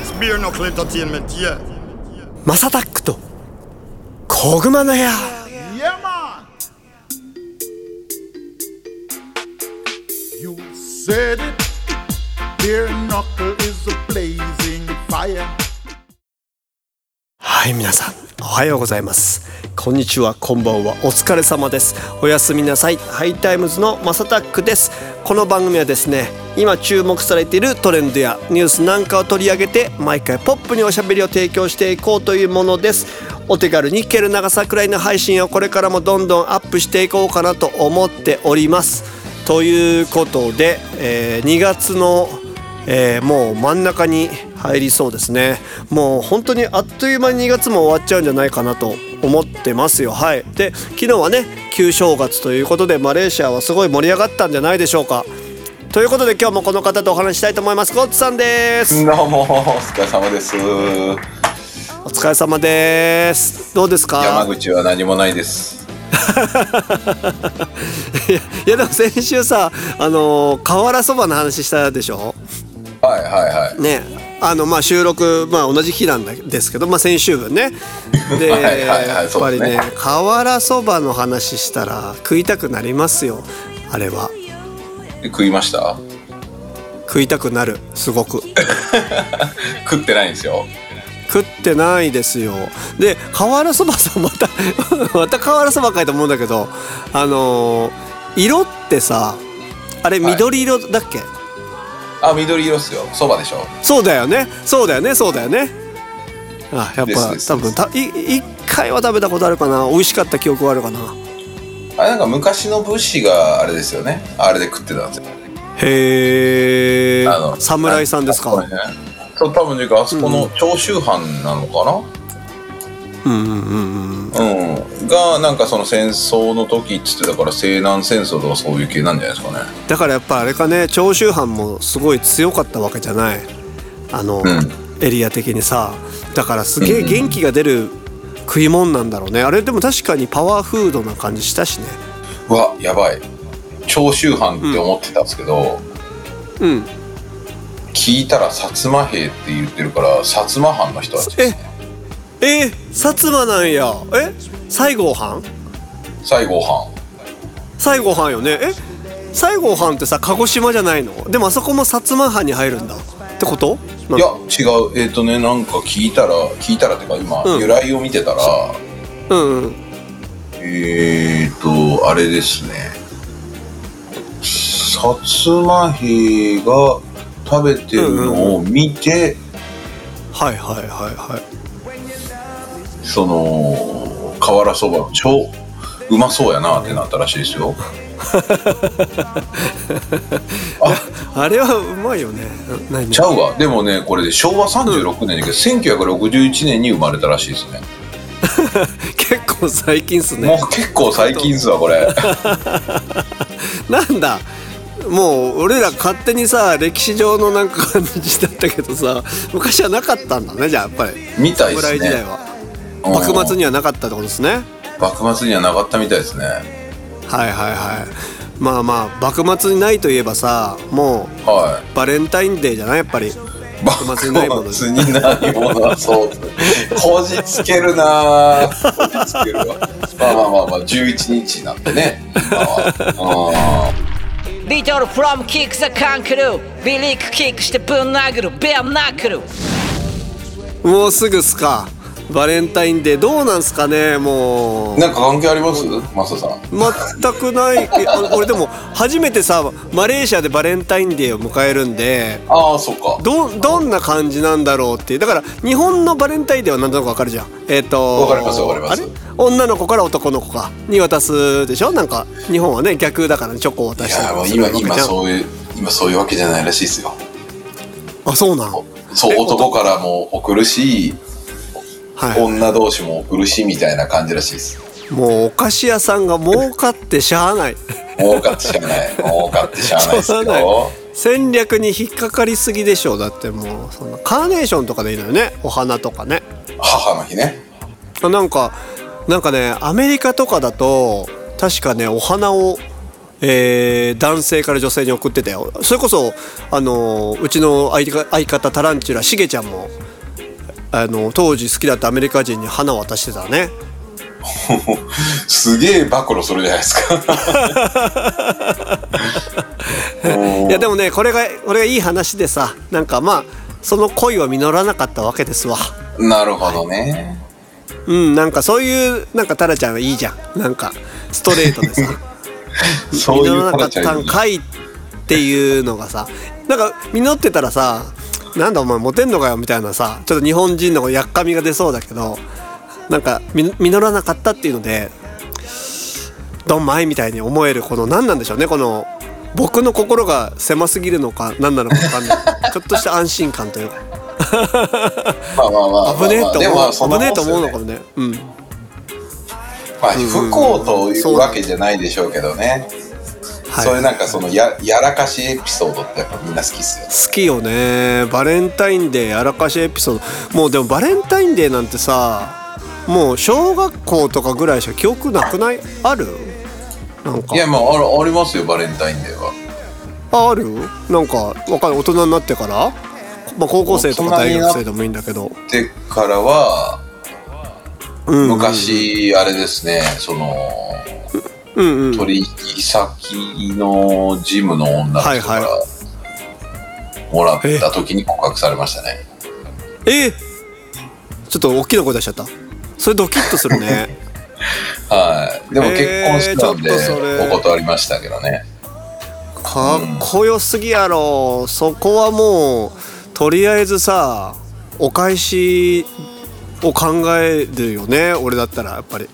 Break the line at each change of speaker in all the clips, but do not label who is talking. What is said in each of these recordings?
It's beer knuckle entertainment, yeah.
マサタックと小熊の部屋
Yeah, man.
You said it. Beer knuckle is a blazing fire.
はい皆さんおはようございますこんにちはこんばんはお疲れ様ですおやすみなさいハイタイムズのマサタックですこの番組はですね今注目されているトレンドやニュースなんかを取り上げて毎回ポップにおしゃべりを提供していこうというものですお手軽に聞ける長さくらいの配信をこれからもどんどんアップしていこうかなと思っておりますということで、えー2月のえーもう真ん中に入りそうですねもう本当にあっという間に2月も終わっちゃうんじゃないかなと思ってますよはいで昨日はね旧正月ということでマレーシアはすごい盛り上がったんじゃないでしょうかということで今日もこの方とお話ししたいと思いますゴッツさんです
どうもお疲れ様です
お疲れ様ですどうです
山
か
口は何もないです
いや いやでも先週さあのー瓦そばの話したでしょ
はいはいはい
ねあのまあ収録、まあ、同じ日なんだですけど、まあ、先週分 ねで
はいはいはい
やっぱり
そう
ね
です
瓦そばの話したら食いたくなりますよあれは
え食いました
食いたくなるすごく
食ってないんですよ
食ってないですよで瓦そばさんまた また瓦そばかいと思うんだけどあのー色ってさあれ
はい
緑色だっけ、
あ緑色っすよそばでしょ
そうだよねそうだよねそうだよねあやっ
です
ぱ
です
多分たい一回は食べたことあるかな美味しかった記憶はあるかな
あれなんか昔の武士があれですよねあれで食ってたんですよ
へえ
あの
侍さんです
あ
か
あそこねそう多分というかあそこの長州藩なのか
うんうんうんうん
なうん、がなんかその戦争の時っつってだから西南戦争とかそういう系なんじゃないですかね
だからやっぱあれかね長州藩もすごい強かったわけじゃないあの、
うん
エリア的にさだからすげ
う
え
んうん
元気が出る食い物なんだろうねあれでも確かにパワーフードな感じしたしね
うわやばい長州藩って思ってたんですけど、
うん
聞いたら薩摩兵って言ってるから薩摩藩の人たち
ええ薩摩なんやえ西郷藩
西郷藩
西郷藩よねえ西郷藩ってさ鹿児島じゃないのでもあそこも薩摩藩に入るんだってこと
いや違うえっ、とねなんか聞いたら聞いたらっていうか今、
うん
由来を見てたら
うんうん
えっ、とあれですね薩摩兵が食べてるのを見て、
はいはいはい はい
その瓦そばの超うまそうやなってなったらしいですよ
あれはうまいよねな何
ちゃうわでもねこれで昭和36年だけど、1961年に生まれたらしいですね
結構最近っす
も
ね
う結構最近っすわ これ
なんだもう俺ら勝手にさ歴史上のなんか感じだったけどさ昔はなかったんだねじゃあやっぱり
みたいで
侍
す
時代
ね
は
うん
幕末にはなかったってことですね
幕末にはなかったみたいですね
はいはいはいまあまあ幕末にないといえばさもう
は
バレンタインデーじゃないやっぱり
い幕
末にないもの
末にないものはそうですねこじつけるなぁこじつけるわまあまあまあまあ11日なんでね今は
Little from kick the kangaroo ビリックキックしてぶん殴るベアムナックル
もうすぐっすかバレンタインデーどうなんすかねも
う
うん
なんか関係ありますマサさん
全くないえあ俺でも初めてさマレーシアでバレンタインデーを迎えるんで
ああそっか
どどんな感じなんだろうっていうだから日本のバレンタインデーは何となくわかるじゃんえっ、と
わかりますわかります
あれ女の子から男の子かに渡すでしょなんか日本はね逆だからチョコを渡
い
した
や
り
も
と
う
かするわけじゃ
今今
ん
そういう今そういうわけじゃないらしいですよ
あそうなの
そう
え
男からも送るし
は
女同士も送るしみたいな感じらしいです
いもうお菓子屋さんが儲かってしゃあない
儲かってしゃ あない儲かってしゃあないです
しょうが
よ
ない戦略に引っかかりすぎでしょうだってもうそんなカーネーションとかでいいのよねお花とかね
母の日ね
あなんかなんかねアメリカとかだと確かねお花をええー男性から女性に送ってたよそれこそあのーうちの相手相方タランチュラしげちゃんもあの当時好きだったアメリカ人に花を渡してたね
すげえ暴露するじゃないですか。
いやでもねこれがこれがいい話でさなんかまあその恋は実らなかったわけですわ
なるほどね。
うんなんかそういうなんかタラちゃんはいいじゃんなんかストレートでさ
そういう
実らなかっ
話
たんかいっていうのがさなんか実ってたらさなんだお前モテんのかよみたいなさちょっと日本人のやっかみが出そうだけどなんかみ実らなかったっていうのでドンマイみたいに思えるこの何なんでしょうねこの僕の心が狭すぎるのか何なのか分かんないちょっとした安心感というか
まあまあま あ。
危ねえと
でもまあ
思
そう
危
なもん
ねえ
っ
と
す
思
よ
う
ね
のかもねうん
まあ、不幸というわけじゃないでしょうけどね。
はい
そういうなんかそのややらかしエピソードってやっぱみんな好きっすよ。
好きよねバレンタインデーやらかしエピソードもうでもバレンタインデーなんてさもう小学校とかぐらいしか記憶なくないあるなんか
いやまああるありますよバレンタインデーは。
ああるなんかわかんない大人になってから、まあ、高校生とか大
大人にな
学生でもいいんだけど
でからは
うん
昔あれですねその
うんうん
取引先のジムの女の
はい
人
は
か
い
らもらった時に告白されましたね。
えちょっと大きな声出しちゃったそれドキッとするね
はい。でも結婚してたんで
えーちょっとそれ
お断りましたけどね。
かっこよすぎやろそこはもうとりあえずさお返しを考えるよね俺だったらやっぱり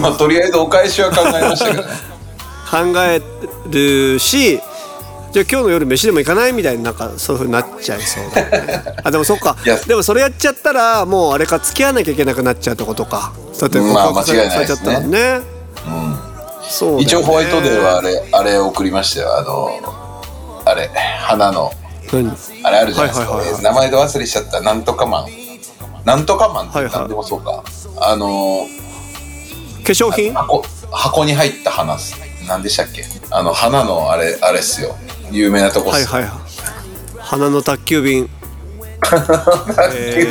まあとりあえずお返しは考えましたけどね。
考えるしじゃあ今日の夜飯でも行かないみたいになんかそういうふうになっちゃいそうだ、 ね、あでもそっか
いや
でもそれやっちゃったらもうあれか付き合わなきゃいけなくなっちゃうってことかだって
まあ間違いない
されちゃったらね、そうだよね
一応ホワイトデーはあれ、あれ送りましたよ。あの、あれ、花の、
何
あれあるじゃないですか。
はいはいはいはい
名前で忘れしちゃった、なんとかマン。なんとかマンって
はいはい
何でもそうか。あの、
化粧品
箱、箱に入った花っす。何でしたっけあの、花のあれ、あれっすよ。有名なとこっ
はい
す。
はいはい花の宅急便え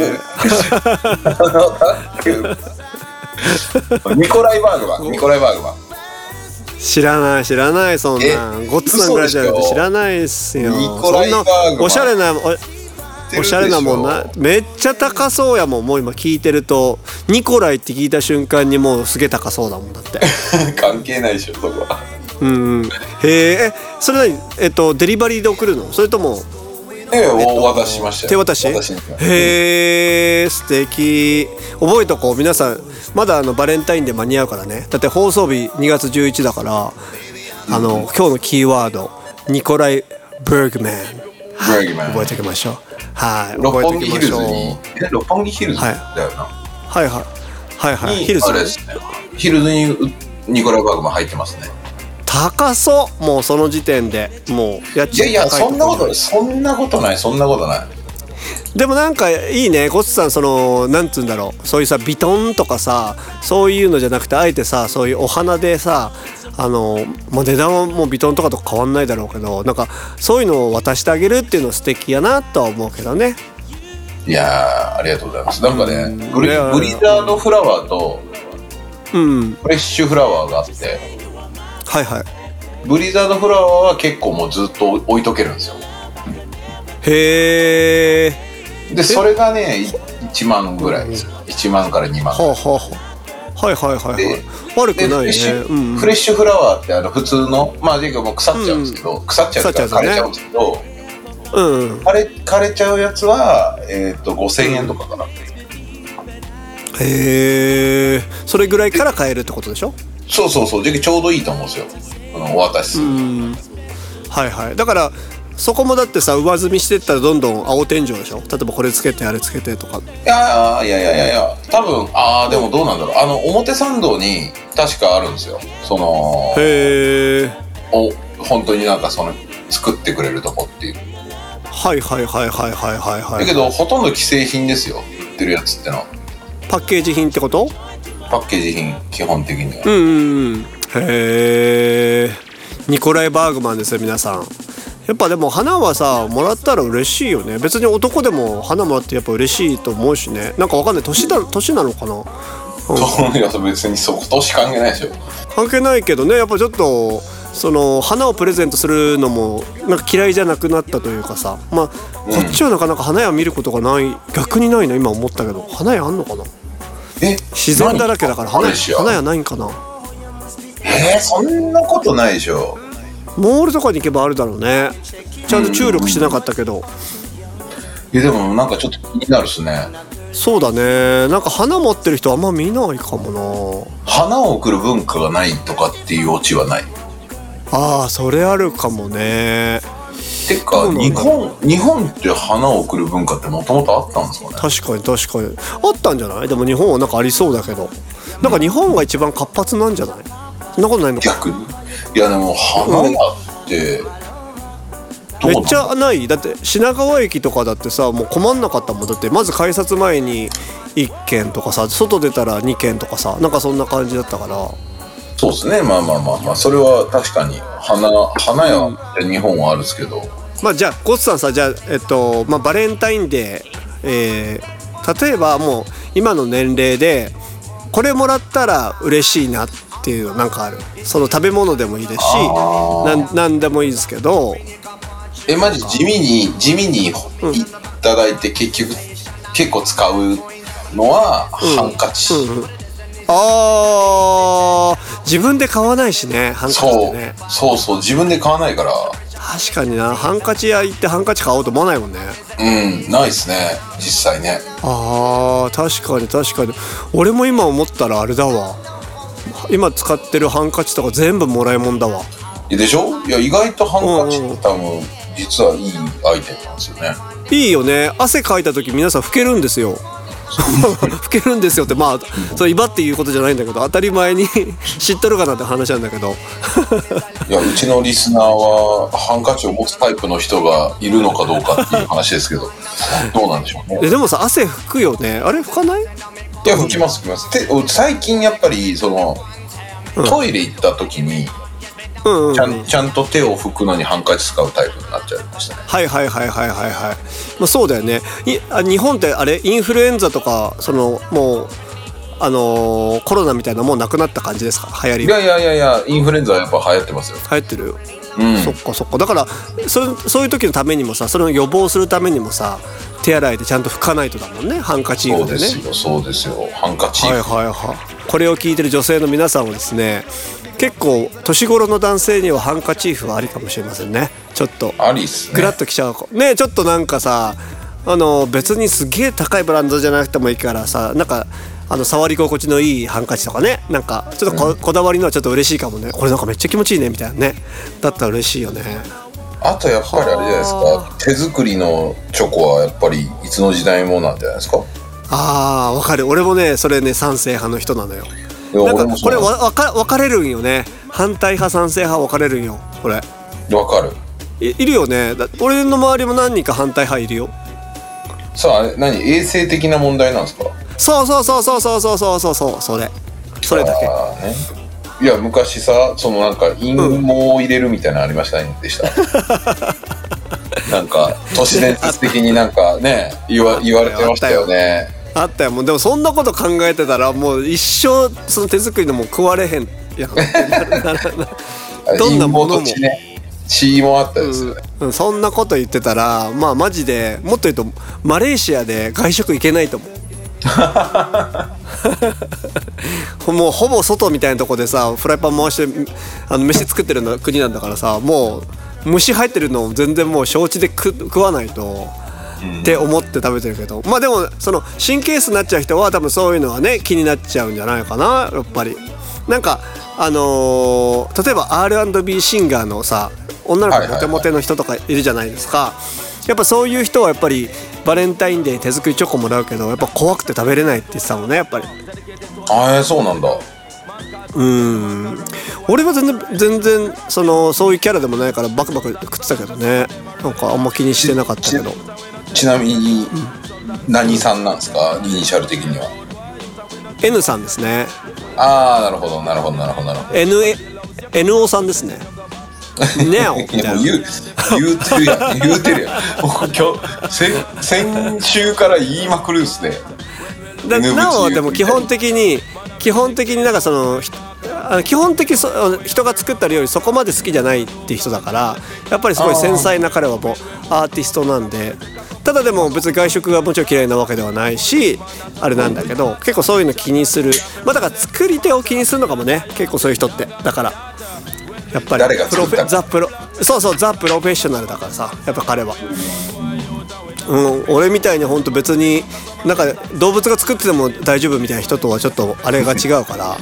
ニコライバーグマン、ニコライバーグマン。
知らない知らないそんなん
え
ごっつさんぐらいじゃなくて知らないっすよ
ニコ
そ
ライ
んな
バーグマン
おしゃれなお
知ってるでしょ
おしゃれなもんなめっちゃ高そうやもんもう今聞いてるとニコライって聞いた瞬間にもうすげえ高そうだもんだって
関係ないでしょ、そこは。
うんうんへええそれ何えっとデリバリーで送るのそれとも
ええ、お渡ししましたよ。
手渡し
渡しに行きました
へえ素敵覚えとこう皆さんまだあのバレンタインで間に合うからねだって放送日2月11だからあの今日のキーワードニコライ・ブーグマン
ブーグマン
覚えておきましょうはい
六
覚えてお
本木
きま
ヒルズ
しょう
に、え六本木ヒルズだ
はい
よな。
はいはいはいはい
に
ヒルズ
あれですね。ヒルズにうニコライバーグマン入ってますね。
高そうもうその時点でもう家
いやい
賃
や、
高い
そんなこと
で
ない、そんなことない、そんなことない。
でもなんかいいねゴッツさんそのなんつうんだろうそういうさビトンとかさそういうのじゃなくてあえてさそういうお花でさあのもう値段はもうビトンとかと変わんないだろうけどなんかそういうのを渡してあげるっていうのは素敵やなとは思うけどね
いやー、ありがとうございます。なんかね、ブリ
いやいや
ブリザードフラワーと
うん
フレッシュフラワーがあって、
はいはい
ブリザードフラワーは結構もうずっと置いとけるんですよ。
へえ
で、それがね、1万ぐらいですよ。1万から2万。
はあはあはあはいはいはいはい
で
悪
で
く
フ
ない
レッシ
ね
ュ
うん
フレッシュフラワーってあの普通のまあ結構もう腐っちゃうんですけど、腐っちゃうから
腐っ
枯
ち
れち
ゃ
ゃ
う
うんですけど、
うんうん
枯れ枯れちゃうやつは、えー、と5000円とかかな、
へえそれぐらいから買えるってことでしょ
そうそうそうでちょうどいいと思うんですよあのお渡しする、
はいはいだからそこもだってさ上積みしてったらどんどん青天井でしょ例えばこれつけてあれつけてとか
いやーいやいやいやいや多分ああでもどうなんだろうあの表参道に確かあるんですよその
へえ
お本当になんかその作ってくれるとこっていう
はいはいはいはいはいはいは
だけ
い
どほとんど既製品ですよ売ってるやつってのは
パッケージ品ってこと
パッケージ品基本的には、
うんうんうんへえニコライ・バーグマンですよ皆さんやっぱでも花はさもらったら嬉しいよね別に男でも花もらってやっぱ嬉しいと思うしねなんかわかんない年だ年なのかな
そういうのと別にそことし関係ないでしょ
関係ないけどねやっぱちょっとその花をプレゼントするのもなんか嫌いじゃなくなったというかさまあこっちはなかなか花屋見ることがない逆にないな今思ったけど花屋あんのかな
え
自然だらけだから花
何
屋花屋ないんかな
えー、そんなことないでしょ
モールとかに行けばあるだろうねちゃんと注力してなかったけど
いやでもなんかちょっと気になるっすね
そうだねなんか花持ってる人あんま見ないかもな
花を贈る文化がないとかっていうオチはない
あーそれあるかもね
て
そ
か
うなんだ
日本日本って花を贈る文化ってもともとあったんですかね
確かに確かにあったんじゃないでも日本はなんかありそうだけどなんか日本が一番活発なんじゃないそんなことないのか
逆にいやでも花屋って、どう
め
な
っ
の
ちゃないだって品川駅とかだってさもう困んなかったもんだってまず改札前に1軒とかさ外出たら2軒とかさなんかそんな感じだったから
そうですねまあまあまあまあそれは確かに花花屋って日本はあるんですけど、
まあじゃあゴッツさんさじゃあえっと、まあ、バレンタインデー、えー例えばもう今の年齢でこれもらったら嬉しいなっていうのなんかあるその食べ物でもいいですしなんなんでもいいですけど
えマジ地味に地味にいただいて結局結構使うのはハンカチ、
あー自分で買わないしねハンカチ
そ
っ
う
てね
そうそう自分で買わないから
確かになハンカチ屋行ってハンカチ買おうと思わないもんね
うんないっすね実際ね
あー確かに確かに俺も今思ったらあれだわ今使ってるハンカチとか全部もらいもんだわ
でしょいや意外とハンカチっ
うんう
て多分実はいいアイテムなんですよね
いいよね汗かいた時皆さん老けるんですよ 老けるんですよってまあそれ威張って言うことじゃないんだけど当たり前に 知っとるかなって話なんだけ ど
いやうちのリスナーはハンカチを持つタイプの人がいるのかどうかっていう話です けどどうなんでしょうね
えでもさ汗拭くよねあれ拭かない
いや、拭きます、拭きます。で、最近やっぱり、その、トイレ行った時
うん
に、
うん
ちゃん、ちゃんと手を拭くのにハンカチ使うタイプになっちゃいましたね。
はいはいはいはいはいはい、まあ、そうだよねいあ日本ってあれインフルエンザとかそのもうあのーコロナみたいなもうなくなった感じですか流行り
いやいやいやいや、インフルエンザはやっぱ流行ってますよ。
流行ってる
うん。
そっかそっかだからそそういう時のためにもさそれを予防するためにもさ手洗いでちゃんと拭かないとだもんねハンカチ以
そ
外
うで
ですね
よ、そうですよ。ハンカチ。
はいはいはいこれを聞いてる女性の皆さんはですね結構年頃の男性にはハンカチーフはありかもしれませんねちょっと
ありっす
グ
ね
ラ。ッときちゃう子ねちょっとなんかさあの別にすげえ高いブランドじゃなくてもいいからさなんかあの触り心地のいいハンカチとかねなんかちょっとこ,、こだわりのはちょっと嬉しいかもねこれなんかめっちゃ気持ちいいねみたいなねだったら嬉しいよね
あとやっぱりあれじゃないですか。手作りのチョコはやっぱりいつの時代もなんじゃないですか。
あーわかる俺もねそれね賛成派の人なのよ
いや
なん
俺
か
もそ
こ
う
れわ分か分かれるんよね反対派賛成派分かれるんよこれ
わかる。
いいるよねだ俺の周りも何人か反対派いるよ
さあ、あれ何衛生的な問題なんですか
そうそうそうそうそうそうそうそうそうそれそれだけ
あーね。いや、昔さ、そのなんか、陰謀を入れるみたいなのありましたね、でした。なんか、都市伝説的になんかね、言わ言われてましたよね。
あったよもうでもそんなこと考えてたらもう一生その手作りのもん食われへんやんならなら
あれ
どんなものも
陰謀と血ね。血もあったですよね。
うんそんなこと言ってたらまあマジでもっと言うとマレーシアで外食行けないと思うもうほぼ外みたいなとこでさフライパン回してあの飯作ってるの国なんだからさもう虫入ってるのを全然もう承知で食食わないと。って思って食べてるけどまあでもその神経質になっちゃう人は多分そういうのはね気になっちゃうんじゃないかなやっぱりなんかあのー例えば R&B シンガーのさ女の子
はいはい
モ
はい
テモテの人とかいるじゃないですか、やっぱそういう人はやっぱりバレンタインデーに手作りチョコもらうけどやっぱ怖くて食べれないって言ってたもんねやっぱり
ああ、そうなんだ。
うん俺は全然全然そのそういうキャラでもないからバクバク食ってたけどねなんかあんま気にしてなかったけど
ちなみに、何さんなんですかイニシャル的には。
N さんですね
ああ、なるほど、なるほど、なるほど、なるほ
N NO さんですね now み
い
たい
や もう
な
言う言うてるやん言うてるやんもう今日せ先週から言いまくるっすね
だ
N 口
なおは
言う
でも基本的に基本的になんかそのひあの基本的にそあの人が作った料理そこまで好きじゃないっていう人だからやっぱりすごい繊細な彼はもうアーティストなんでただでも別に外食がもちろん嫌いなわけではないしあれなんだけど結構そういうの気にするまあだから作り手を気にするのかもね結構そういう人ってだからやっぱり
誰が
プロ
作
フェ
った
ザプロそうそうザ・プロフェッショナルだからさやっぱ彼は。うん、俺みたいに本当別になんか動物が作ってても大丈夫みたいな人とはちょっとあれが違うから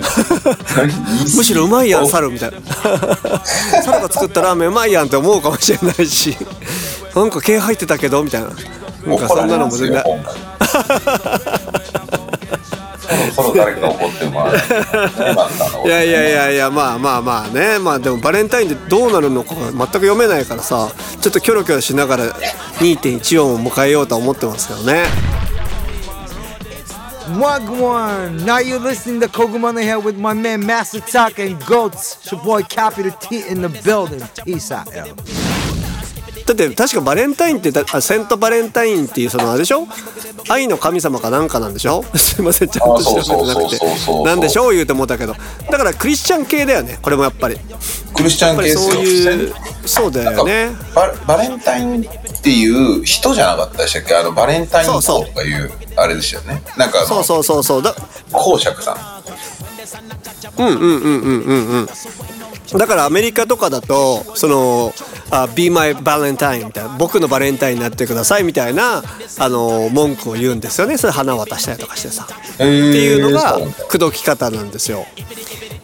むしろうまいやん猿みたいな 猿が作ったラーメンうまいやんって思うかもしれないしなんか毛入ってたけどみたいななんか
怒
そ
ら
んなの
れま
も
す
全
よ
然
今回そろそろ誰か怒ってもらわないとねまたあの
いやいやいやいやまあまあまあねまあでもバレンタインでどうなるのかが全く読めないからさちょっとキョロキョロしながら2.14を迎えようとは思ってますけどね
Wagwan! Now you're listening to Kogumana here with my man Master Taka and Goats. It's your boy Cappy the T in the building. Peace out, yo.
だって確かバレンタインってだあセントバレンタインっていうそのあれでしょ愛の神様かなんかなんでしょ すいませんちゃんと調べてなく
あそうそうそうそうそ
て
う
なんでしょう言うて思ったけどだからクリスチャン系だよねこれもやっぱりやっ
クリスチャン
ぱ
系
り
ですよ
そういうそうだよね
ババレンタインっていう人じゃなかったでしたっけあのバレンタイン
そう
と
そう
かいうあれでしたよねなんかあの
そうそうそうそうだ
公爵さん
だからアメリカとかだとそのあ「Be my Valentine」みたいな「僕のバレンタインになってください」みたいなあの文句を言うんですよねそれ花渡したりとかしてさ
って
っていうのが
そうなんだ
口説き方なんですよ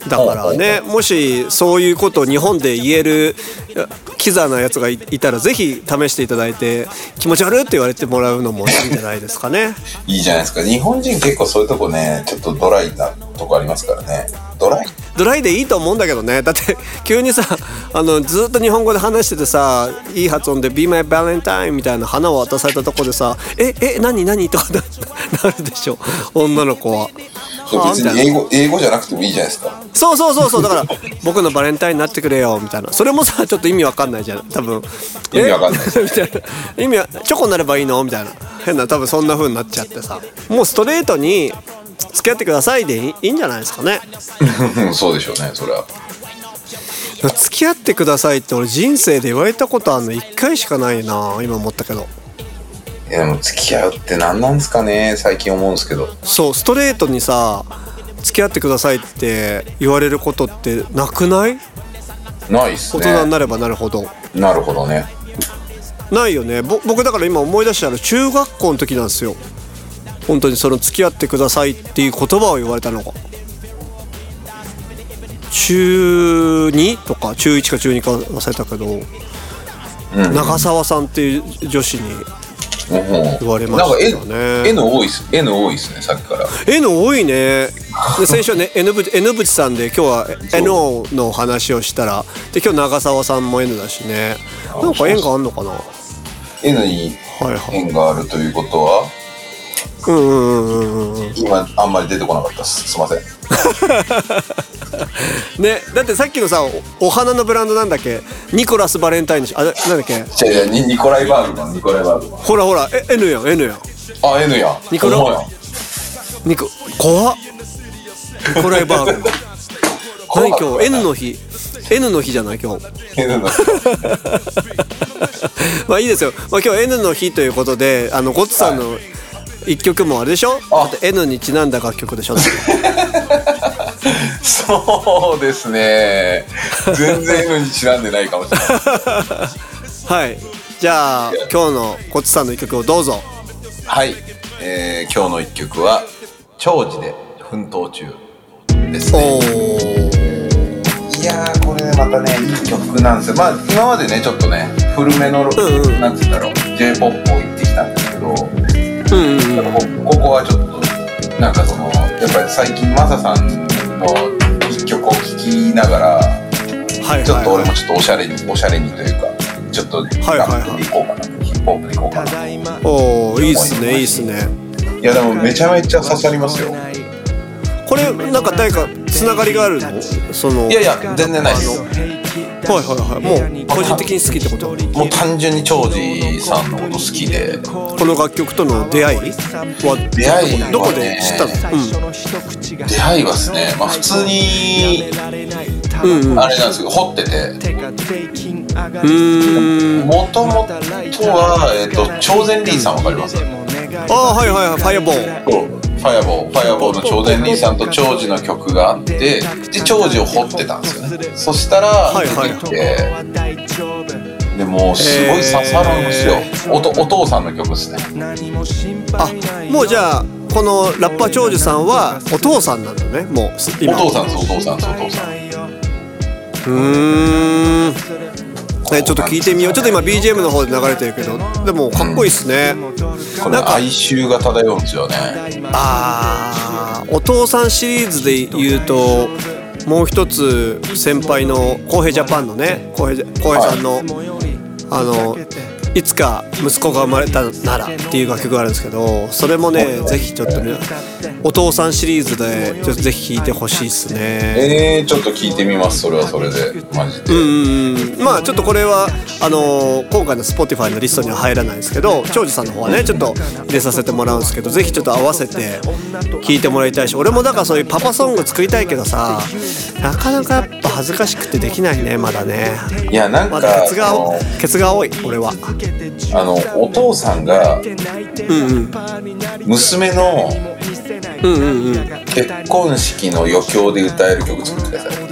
だからねもしそういうことを日本で言えるいやキザなやつがいいたらぜひ試していただいて気持ち悪いって言われてもらうのもいいんじゃないですかね
いいじゃないですか日本人結構そういうとこねちょっとドライなとこありますからねドライ
ドライでいいと思うんだけどねだって急にさ あのずっと日本語で話しててさいい発音で「Be my Valentine」みたいな花を渡されたとこでさ「ええ何何?」とかななるでしょ女の子は。はあ
別
みたいな
に英語英語じゃなくてもいいじゃないですか
そうそうそうそうだから僕のバレンタインになってくれよみたいなそれもさちょっと意味わかんないじゃん多分
意味わかんないです
え みたいな意味はチョコになればいいのみたいな変な多分そんな風になっちゃってさもうストレートに付き合ってくださいでいいいいんじゃないですかね
うんそうでしょうねそれは
付き合ってくださいって俺人生で言われたことあるの1回しかないな今思ったけど
いやでも付き合うって何なんですかね最近思うんですけど
そうストレートにさ付き合ってくださいって言われることってなくない
ないっす
大人
ね
になればなるほど、
なるほどね
ないよねぼ僕だから今思い出したの中学校の時なんですよ本当にその付き合ってくださいっていう言葉を言われたのが中2とか中1か中2か忘れたけど、長澤さんっていう女子に
もう
言われましたよね
なんか絵絵の多いっす絵の多いっすねさっきから
N 多いねで先週はね N ぶ N ぶちさんで今日は NO の話をしたらで今日長澤さんも N だしねなんか縁があんのかな
絵に
はいはい
縁があるということは
うんうんうんうんうん
今あんまり出てこなかったっすすいません
ねだってさっきのさおお花のブランドなんだっけニコラス・バレンタインでしょあれなんだっけ
じゃあじゃあニニコライバーグマンニコライバーグマン
ほらほらえ N やん N やん
あ N や
ニコラ
ほんまや
ニコ怖っニコライバーグ
怖
何
かった
今日 N の日 N の日じゃない今日
N の
まあいいですよ、まあ、今日 N の日ということであのゴッツさんの一曲もあれでしょ、
あ
だって N にちなんだ楽曲で しょ
そうですね全然 N にちなんでないかもしれない
はいじゃあ今日のゴッツさんの一曲をどうぞ
はい、えー今日の一曲は長寿で奮闘中です
お
ね
ー
いやーこれねまたねいい曲なんですよまあ今までねちょっとね古めの、
んうん
なんて言うんだろう j p o p を言ってきたんですけど、
うんうん
やっぱこここはちょっとなんかそのやっぱり最近マサさんの一曲を聴きながら
はい
ちょっと
はい
俺もちょっとおしゃれにおしゃれにというかちょっと
はい
ラップでいこうかな、ヒップホップでいこうかな
おーいいっすねいいっすね
いやでもめちゃめちゃ刺さりますよ
これなんか誰かつながりがあるのその
いやいや全然ないです
あはいはいはいもう個人的に好きってこと
もう単純に長司さんのこと好きで
この楽曲との出会いは
出会いは、ね、
どこで知ったの、
出会いはですねまあ普通に
うん、うんうん
あれなんですけど掘ってて
うーん
もともとは、えっと超前リーさんわかります
ああはいはいはいファイアボー
そうファイアボールファイアボールの超前リーさんと長寿の曲があってで長寿を掘ってたんですよねそしたら、
いはい
出てきてでもうすごい刺さるんですよ、おとお父さんの曲ですね
あもうじゃあこのラッパー長寿さんはお父さんなんだねもう
お
今
父さんですお父さんですお父さん
うーんね、ちょっと聞いてみようちょっと今 BGM の方で流れてるけどでもかっこいいっすね、
これ
なんか
哀愁が漂うんですよね
あーお父さんシリーズで言うともう一つ先輩の浩平ジャパンのね浩平浩平さんの、あの「いつか息子が生まれたなら」っていう楽曲があるんですけどそれもねぜひちょっとねお父さんシリーズでちょっとぜひ聴いてほしいっすね
えー、ちょっと聞いてみますそれはそれでマジで、
うんまあちょっとこれはあのー今回の Spotify のリストには入らないんですけど長司さんの方はねちょっと入れさせてもらうんですけどぜひちょっと合わせて聴いてもらいたいし俺もだからそういうパパソング作りたいけどさなかなかやっぱ恥ずかしくてできないねまだね
いやなんか、
まだケツが
あの
ケツが多い俺は
あのお父さんが
うんうん
娘の
うんうんうん
結婚式の余興で歌える曲作ってください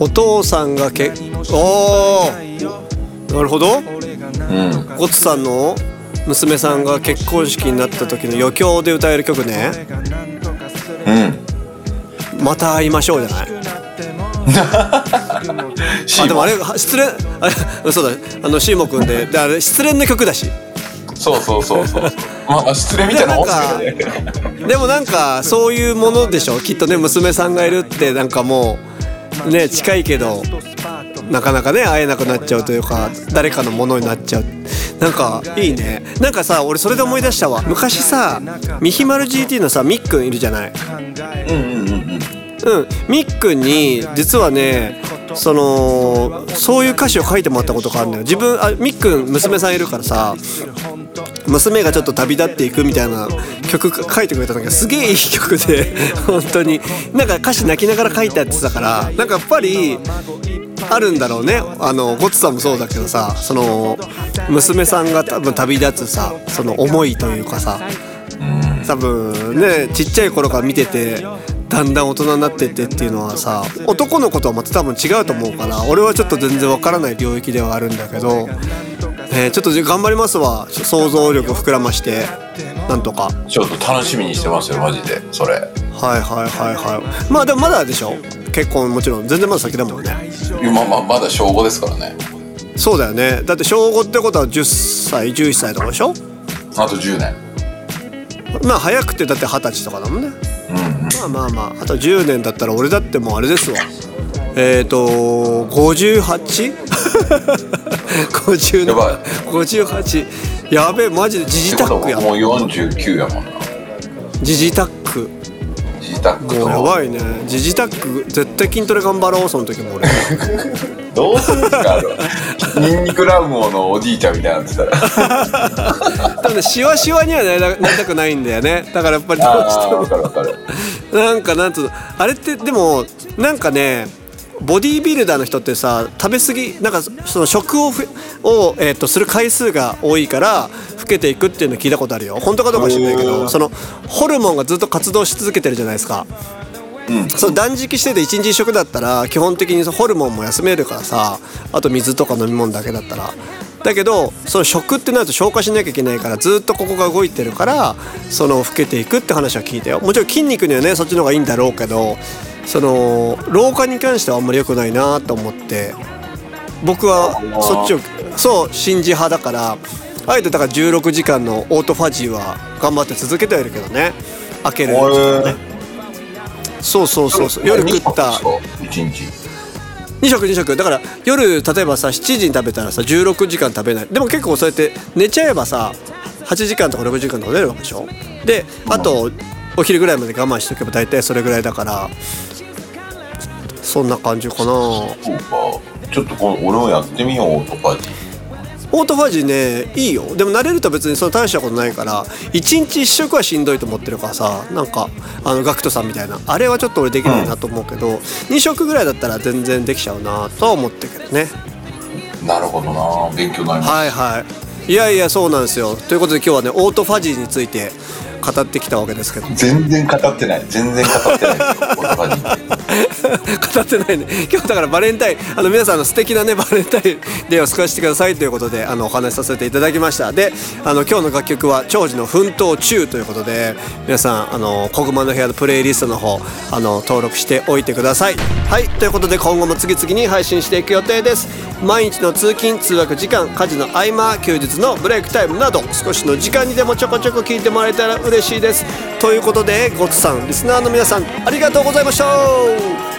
お父さんがけおーなるほど
うん
ゴツさんの娘さんが結婚式になった時の余興で歌える曲ね
うん
また会いましょうじゃ ない
シ
あ
ー
で
モ
もあ
ン
れは失恋あれそうだあのシーモくんでであれ失恋の曲だし
そうそうそう そうまあ失礼みたいなもんですけどね
でもなんかそういうものでしょきっとね娘さんがいるってなんかもうね近いけどなかなかね会えなくなっちゃうというか誰かのものになっちゃうなんかいいねなんかさ俺それで思い出したわ昔さミヒマル GT のさみっくんいるじゃない
うんうんうん
うん、みっくんに実はねそのそういう歌詞を書いてもらったことがあるのよ自分あみっくん娘さんいるからさ娘がちょっと旅立っていくみたいな曲書いてくれたのがすげえいい曲で 本当になんか歌詞泣きながら書いたやつだからなんかやっぱりあるんだろうねあのゴッツさんもそうだけどさその娘さんが多分旅立つさその思いというかさ多分ねちっちゃい頃から見ててだんだん大人になってってっていうのはさ男の子とはまた多分違うと思うから俺はちょっと全然わからない領域ではあるんだけど、ね、ちょっと頑張りますわ想像力膨らましてなんとかはい
うんちょっと楽しみにしてますよマジでそれ
はいはいはいまあでもまだでしょ結婚もちろん全然まだ先だもんね
まあまあまだ小5ですからね
そうだよねだって小5ってことは10歳11歳とかでしょ
あと10年
まあ早くてだって二十歳とかだもんね、まあまあまああと10年だったら俺だってもうあれですわえっ、ー、と 58?50
やばい
58やべえマジでジ
っ
ジ
て
タ
こと
ックや
は
ん
もう49やもんな
ジジタック
自宅
もうや
と
ばいねジジタック絶対筋トレ頑張ろうその時も俺
どうするんですかあの ニンニクラウムオのおじいちゃんみたいになってた ら
多分ねシワシワにはなりたなりたくないんだよねだからやっぱりどうして
ああ
も
分かる分かる
なんかなんつうのあれってでもなんかねボディービルダーの人ってさ食べ過ぎなんかその食をふを、えー、とする回数が多いから老けていくっていうの聞いたことあるよ本当かどうか知らないけどそのホルモンがずっと活動し続けてるじゃないですか。そう断食してて1日1食だったら基本的にホルモンも休めるからさあと水とか飲み物だけだったらだけどその食ってなると消化しなきゃいけないからずっとここが動いてるからその老けていくって話は聞いたよもちろん筋肉にはねそっちの方がいいんだろうけどその老化に関してはあんまり良くないなと思って僕はそっちをそう信じ派だからあえてだから16時間のオートファジーは頑張って続けてはいるけどね開ける時間ねそうそうそうそう夜食った
一日
2食2食だから夜例えばさ7時に食べたらさ16時間食べないでも結構そうやって寝ちゃえばさ8時間とか6時間とか寝るわけでしょであとお昼ぐらいまで我慢しとけば大体それぐらいだからそんな感じかな
そうかちょっとこれ俺もやってみようとか
オートファジーねいいよでも慣れると別にその大したことないから一日一食はしんどいと思ってるからさなんかあのガクトさんみたいなあれはちょっと俺できないなと思うけど、二2食ぐらいだったら全然できちゃうなとは思ってるけどね
なるほどな勉強になります、
はいはいいやいやそうなんですよということで今日はねオートファジーについて語ってきたわけですけど
全然語ってない全然語ってないこんな感じ
語ってないね今日だからバレンタインあの皆さんあの素敵なねバレンタインデーを過ごしてくださいということであのお話しさせていただきましたであの今日の楽曲は「長寿の奮闘中」ということで皆さんあの「こぐまの部屋」のプレイリストの方あの登録しておいてくださいはいということで今後も次々に配信していく予定です毎日の通勤通学時間家事の合間休日のブレイクタイムなど少しの時間にでもちょこちょこ聞いてもらえたら嬉しいですということでゴッツさんリスナーの皆さんありがとうございました